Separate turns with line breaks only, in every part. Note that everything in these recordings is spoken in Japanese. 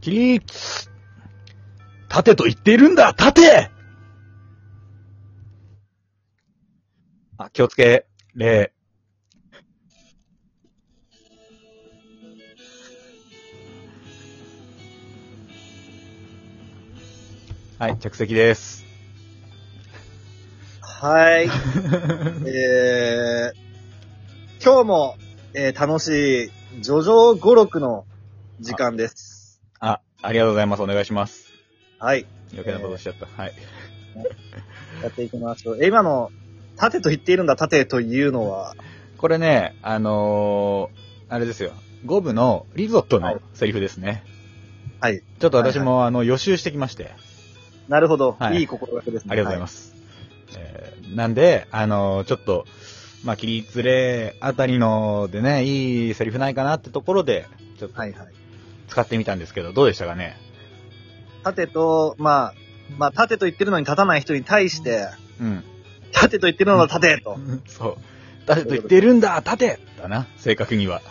起立立てと言っているんだ立てあ、気をつけ、礼。はい、着席です。
はい。えー、今日も、えー楽しい、ジョジョ語録の時間です。
あ、ありがとうございます。お願いします。
はい。
余計なことしちゃった。はい。
やっていきましょう。え今の、盾と言っているんだ、盾というのは、
これね、あのー、あれですよ。五部のリゾットのセリフですね。
はい。
ちょっと私も、あの、予習してきまして。
なるほど、
はい
い、い心がけですね。。
ありがとうございますす。えーなんで、あのーちょっと、まあ、起立礼あたりのでね、いいセリフないかなってところで、ちょっと
はい、はい。
使ってみたんですけど、どうでしたかね
盾と、まあ、まあ、盾と言ってるのに立たない人に対して、
うん。
盾と言ってるのは盾 と。
そう。立てと言ってるんだ立てだな、正確には。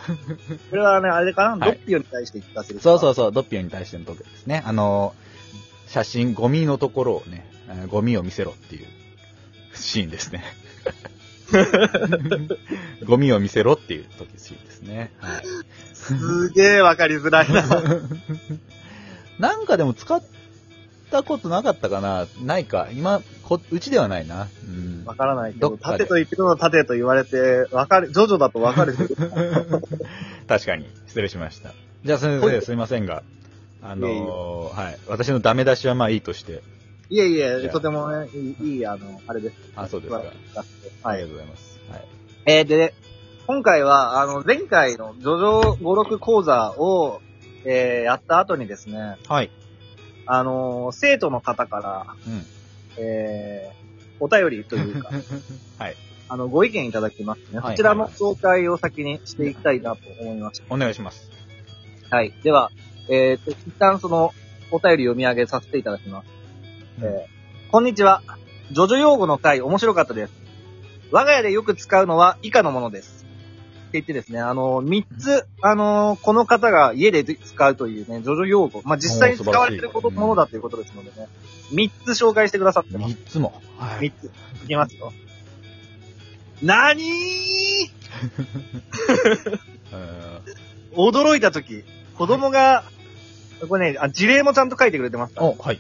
これはね、あれかな、
はい
ドッピオに対して言ったせる。。
そうそううそう、ドッピオに対しての時ですね。あのー写真、ゴミのところをね、えーゴミを見せろっていうシーン ですね。ゴミを見せろっていう時シーンですね。はい
すげえわかりづらいな。
なんかでも使ったことなかったかなないか。今、こうちではないな。うん
わ。からないけ
ど
ど、
っかで
盾と言ってるのは盾と言われて、わかる、ジョジョだとわか るけど。
確かに。失礼しました。じゃあ先生、すいませんが。あのー
いえいえ
はい。私のダメ出しはまあいいとして。
いえい
じ
え、
ゃあ
とてもね、いい、いいあの、あれです。
あ、そうですか。あ
は
りが
い。
とうございます。はい。
えーで、今回は、あの、前回のジョジョ56講座を、えーやった後にですね、
はい。
あの、生徒の方から、
うん。
えーお便りというか、
はい。
あの、ご意見いただきますね。
はい
そちらの紹介を先にしていきたいなと思いまし
お願いします。
た。はい。では、えーと、一旦その、お便り読み上げさせていただきます。
うん
えーこんにちは。ジョジョ用語の回面白かったです。我が家でよく使うのは以下のものです。って言ってですね、あのー、3つ、あのー、この方が家で使うというね、ジョジョ用語。まあ、実際に使われてること
おー素晴らしい
ものだということですのでね、3つ紹介してくださってます。
三つも。は
3つ。いきますよ。なにー
うん
驚いたとき、子供が、これねあ、事例もちゃんと書いてくれてます。
お、はい。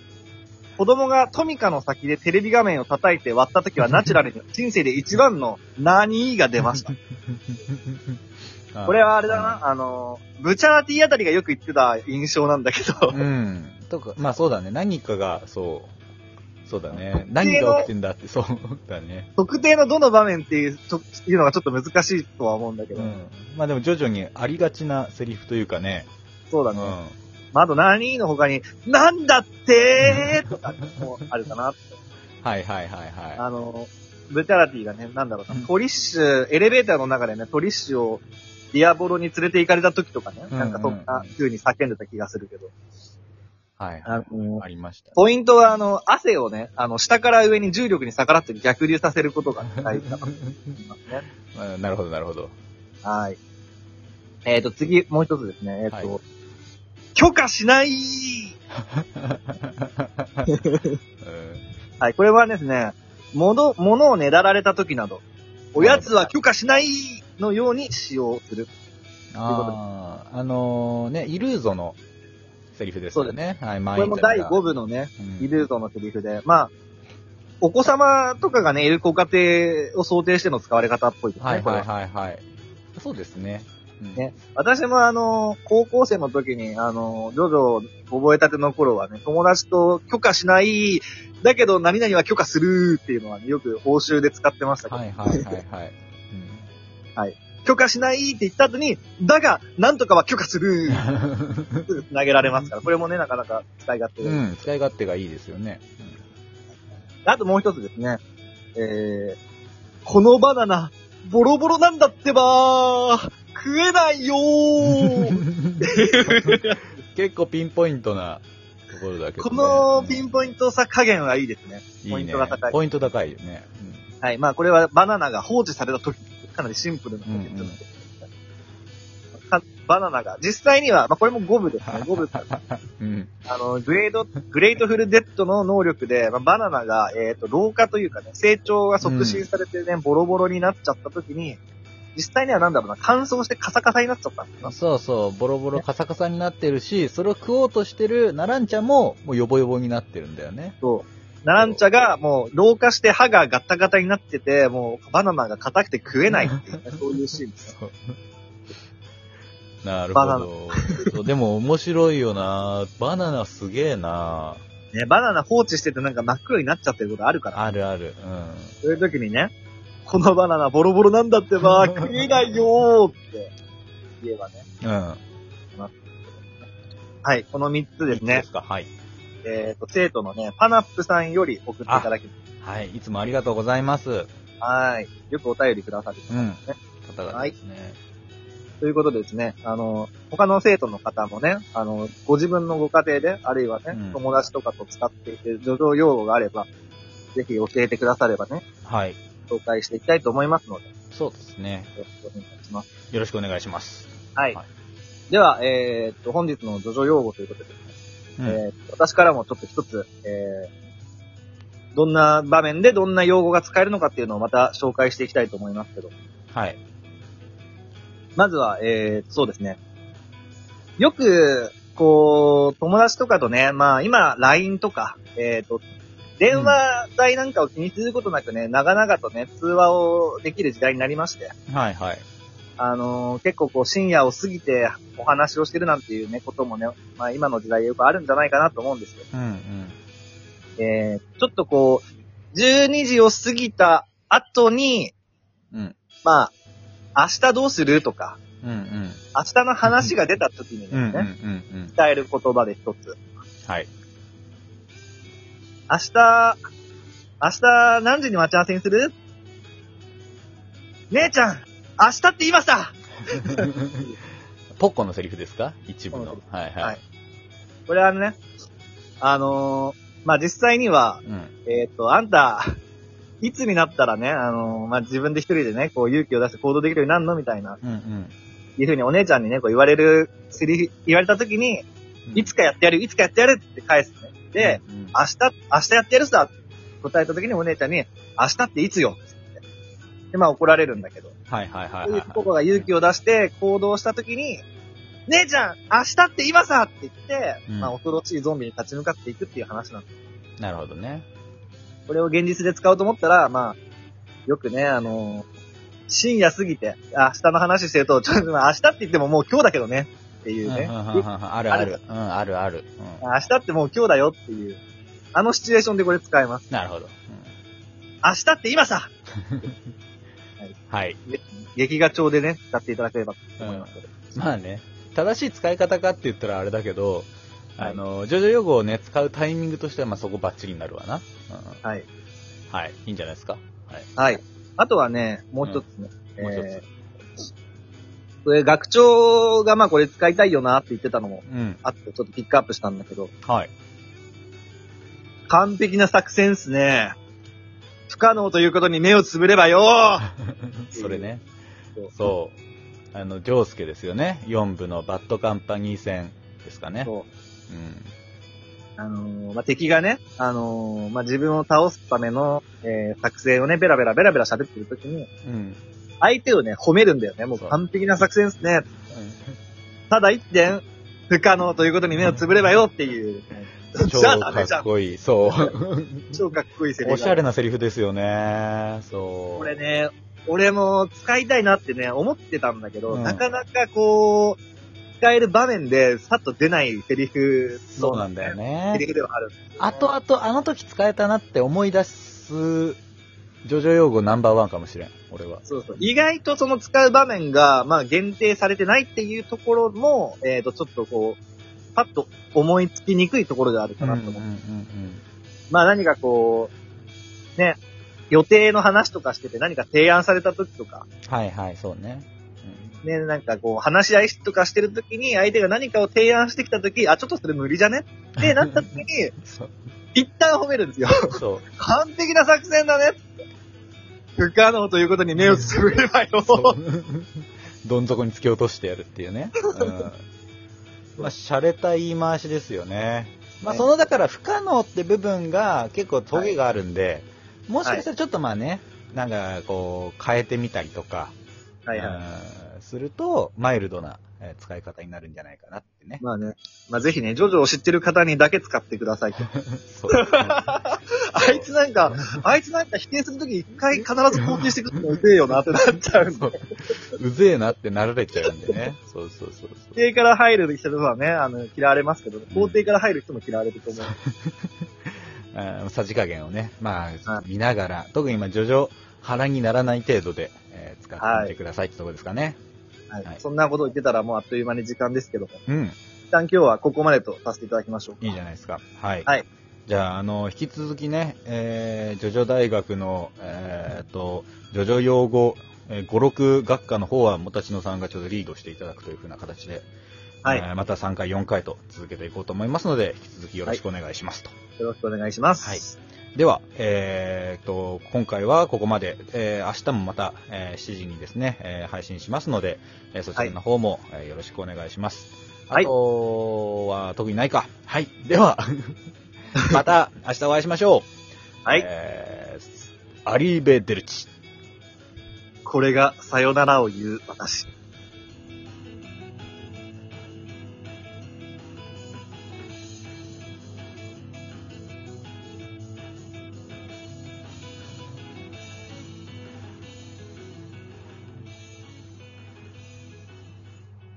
子供がトミカの先でテレビ画面を叩いて割った 時はナチュラルに人生で一番の何が出ました。これはあれだな、あの、ブチャーティーあたりがよく言ってた印象なんだけど
う、ん。とか、まあそうだね。何かが、そう。そうだね。何が起きてんだって、そうだね。
特定のどの場面っていうというのがちょっと難しいとは思うんだけ
う
ど、
ん。まあでも徐々にありがちなセリフというかね。
そうだ
う
ね。
ん。
まあ、あと何の他に、なんだってーとかもあるかな。
はいはいはいは
あの、ブチャラティがね、なんだろうな
うん
トリッシュ、エレベーターの中でね、トリッシュをディアボロに連れて行かれた時とかね、なんかそんな風に叫んでた気がするけど、
い。はいはい。
あの
ありました。
ポイントは、あの、汗をね、あの、下から上に重力に逆らって逆流させることが大事だと思いますね。
うんなるほどなるほ ど。
はい。えっ、ー、と、次、もう一つですね。えっ、と、
は
許可しない
うん
はい、これはですね、もの、ものをねだられた時など、おやつは許可しないのように使用する。
あーあのーね、イルーゾのセリフですよね。はい、
こ
前
れも第5部のね、イルー
ゾ。
ゾのセリフで、まあ、お子様とかがね、いるご家庭を想定しての使われ方っぽいですね。
はい
これ
はい
は
はいはい。そうですね。うん
ね私もあの、高校生の時に、あの、ジョジョ覚えたての頃はね、友達と許可しない、だけど何々は許可するっていうのは、ね、よく報酬で使ってましたけど、
はいはいはい はい。うん
許可しないって言った後に、だが、なんとかは許可する投げられますから、これもね、なかなか使い勝手で、
うん、使い勝手がいいですよね。
あともう一つですね、えー、このバナナ、ボロボロなんだってばー食えないよ ー
結構ピンポイントなところだけど、
このピンポイントさ加減はいいですね。
ポイント
ポイントが高い
ポイント高いよね。
はい。まあ、これはバナナが放置された時、かなりシンプルな時です、
うんうん
かかバナナが、実際には、まあ、これも五部ですね、五部。
うん。
あの、グレード、グレートフルデッドの能力で、まあ、バナナが、えっ、と、老化というかね、成長が促進されてね、ボロボロになっちゃった時に、実際にはなんだろうな、乾燥してカサカサになっちゃったんですよ
そうそう、ボロボロカサカサになってるし、それを食おうとしてるナランチャも、もうヨボヨボになってるんだよね。
そう。ナランチャがもう老化して歯がガタガタになってて、もうバナナが硬くて食えないっていうね、そういうシーンですよ。
そうなるほど。そうでも面白いよなバナナすげえな
ね、バナナ放置しててなんか真っ黒になっちゃってることあるから、
あるある。
そういう時にね、このバナナボロボロなんだって ば、食えないよーって言えばね。
うん。うん。
はい、この3つです
いいで
ね。
すかはい。
えっ、と、生徒のね、パナップさんより送っていただきま
はい。いつもありがとうございます。
す。はーい。よくお便りくださる。
うん。方々ですね。
ということでですね、あの、他の生徒の方もね、あの、ご自分のご家庭で、あるいはね、
うん
友達とかと使っていて、助動用語があれば、ぜひ教えてくださればね、
はい。
紹介していきたいと思いますので、よ
そうですね。
ろしくお願いします。
よろしくお願いします。
はい。
はい
では、えーっと、本日の助動用語ということで、
うん
えーっと私からもちょっと一つ、えー、どんな場面でどんな用語が使えるのかっていうのをまた紹介していきたいと思いますけど、
はい。
まずは、えー、そうですね。よく、こう、友達とかとね、まあ今、LINE とか、えー、と、電話代なんかを気にすることなくね、長々とね、通話をできる時代になりまして、
はいはい。
あのー結構こう深夜を過ぎてお話をしてるなんていうね、こともね、まあ今の時代よくあるんじゃないかなと思うんですけど、
うんうん。
えー、ちょっとこう、12時を過ぎた後に、
うん。
まあ、明日どうするとか、
うんうん。
明日の話が出た時にで
う
す
ん
ね、
うんうんうん。
伝える言葉で一つ。
はい。
明日、明日何時に待ち合わせにする姉ちゃん明日って言いました
ポッコのセリフですか一部
ポッ
の
コ。
はい
は
はいい。
これはね、あのーまあ、実際には、
うん。
えーっ、と、あんた、いつになったらね、あのーまあ、自分で一人でね、こう勇気を出して行動できるようになるのみたいな、
うんうん。
いうふうにお姉ちゃんにね、こう言われる、セリフ言われた時に、いつかやってやる、いつかやってやるって返すね。で、
うんうん、
明日、明日やってやるさって答えた時にお姉ちゃんに、明日っていつよって言ってで、まあ怒られるんだけど、
はいはいはい
そう
はいい。
う子が勇気を出して行動した時に、姉ちゃん明日って今さって言って、
うん
まあ恐ろしいゾンビに立ち向かっていくっていう話なんです。
なるほどね。
これを現実で使おうと思ったら、まあ、よくね、あのー深夜過ぎて、あ明日の話してると、ちょっとまあ明日って言ってももう今日だけどね、っていううん
うん
ね。
うんうんあるある。うん、あるある。う
明日ってもう今日だよっていう、あのシチュエーションでこれ使えます。
ん、なるほど。うん
明日って今さ
はい。
劇画調でね、使っていただければと
うん
思いますので。
まあね、正しい使い方かって言ったらあれだけど、
はい
あの、ジョジョ用語をね、使うタイミングとしては、まあそこバッチリになるわな。うん
はい。
はい。いいんじゃないですか。はい。
はい。あとはね、もう一つね。
うんもう一つ
えーこれ、学長がまあこれ使いたいよなって言ってたのも
うん。
あって、ちょっとピックアップしたんだけど、
はい。
完璧な作戦っすね。不可能ということに目をつぶればよ
それね。
う。
そう。あの、ジョースケですよね。4部のバッドカンパニー戦ですかね。
そう
うん。
あのーまあ、敵がね、あのーまあ、自分を倒すための、えー作戦をね、ベラベラベラベラ喋ってる時に、
うん。
相手をね、褒めるんだよね。もう
そう
完璧な作戦っすね。ただ一点、不可能ということに目をつぶればよっていう。
超
じゃあダ
か
メじゃ
っ
ん。
こいい。そう。
超かっこいいセリフ。
おしゃれなセリフですよね。そう。
これね、俺も使いたいなってね、思ってたんだけど、
うん
なかなかこう、使える場面でさっと出ないセリフの
そうなんだよ
セリ
ね。
フではあるんですよね、
後々、あの時使えたなって思い出す、ジョジョ用語ナンバーワンかもしれん。俺は。
そうそう。意外とその使う場面が、まあ限定されてないっていうところも、えっ、と、ちょっとこう、パッと思いつきにくいところであるかなと思って。まあ何かこう、ね、予定の話とかしてて何か提案された時とか、
はいはい、そうね。
ね、なんかこう話し合いとかしてる時に相手が何かを提案してきた時、あ、ちょっとそれ無理じゃねってなった時に、
うんそう。
一旦褒めるんですよ。
そう。
完璧な作戦だね不可能ということに目をつぶればよ。
そう どん底に突き落としてやるっていうね。うん、まあ、洒落た言い回しですよね。まあ、
ね
その、だから、不可能って部分が結構トゲがあるんで、もしかしたらちょっとまあね、なんか、こう、変えてみたりとか、
はいはい。
うんすると、マイルドなえー使い方になるんじゃないかなってね。
まあね。まあぜひね、ジョジョを知ってる方にだけ使ってくださいと。
そう。
あいつなんか、あいつなんか否定するとき一回必ず肯定してくるのうぜえよなってなっちゃうんで。
うぜえなってなられちゃうんでね。そうそうそう
否
そう。
定から入る人はね、あの、嫌われますけど、肯定から入る人も嫌われると 思う。
あーさじ加減をね、まあ
は、
見ながら、特に今、徐々、腹にならない程度で、えー使ってみてくださいってとこですかね。
はい
はい
そんなこと言ってたらもうあっという間に時間ですけども。
うん。
一旦今日はここまでとさせていただきましょうか。
いいじゃないですか。はい。
はい
じゃあ、あの、引き続きね、えー、ジョジョ大学の、えー、と、ジョジョ用語、えー、5、6学科の方は、もたちのさんがちょっとリードしていただくというふうな形で、
はい
えーまた3回、4回と続けていこうと思いますので、引き続きよろしくお願いしますと。
よろしくお願いします。
はいでは、えー、と、今回はここまで、えー、明日もまた、えー7時にですね、えー配信しますので、えーそちらの方も、えーよろしくお願いします。
はい
あとは、特にないか。はい。では、また明日お会いしましょう。
はい。
えーアリーベ・デルチ。
これがさよならを言う私。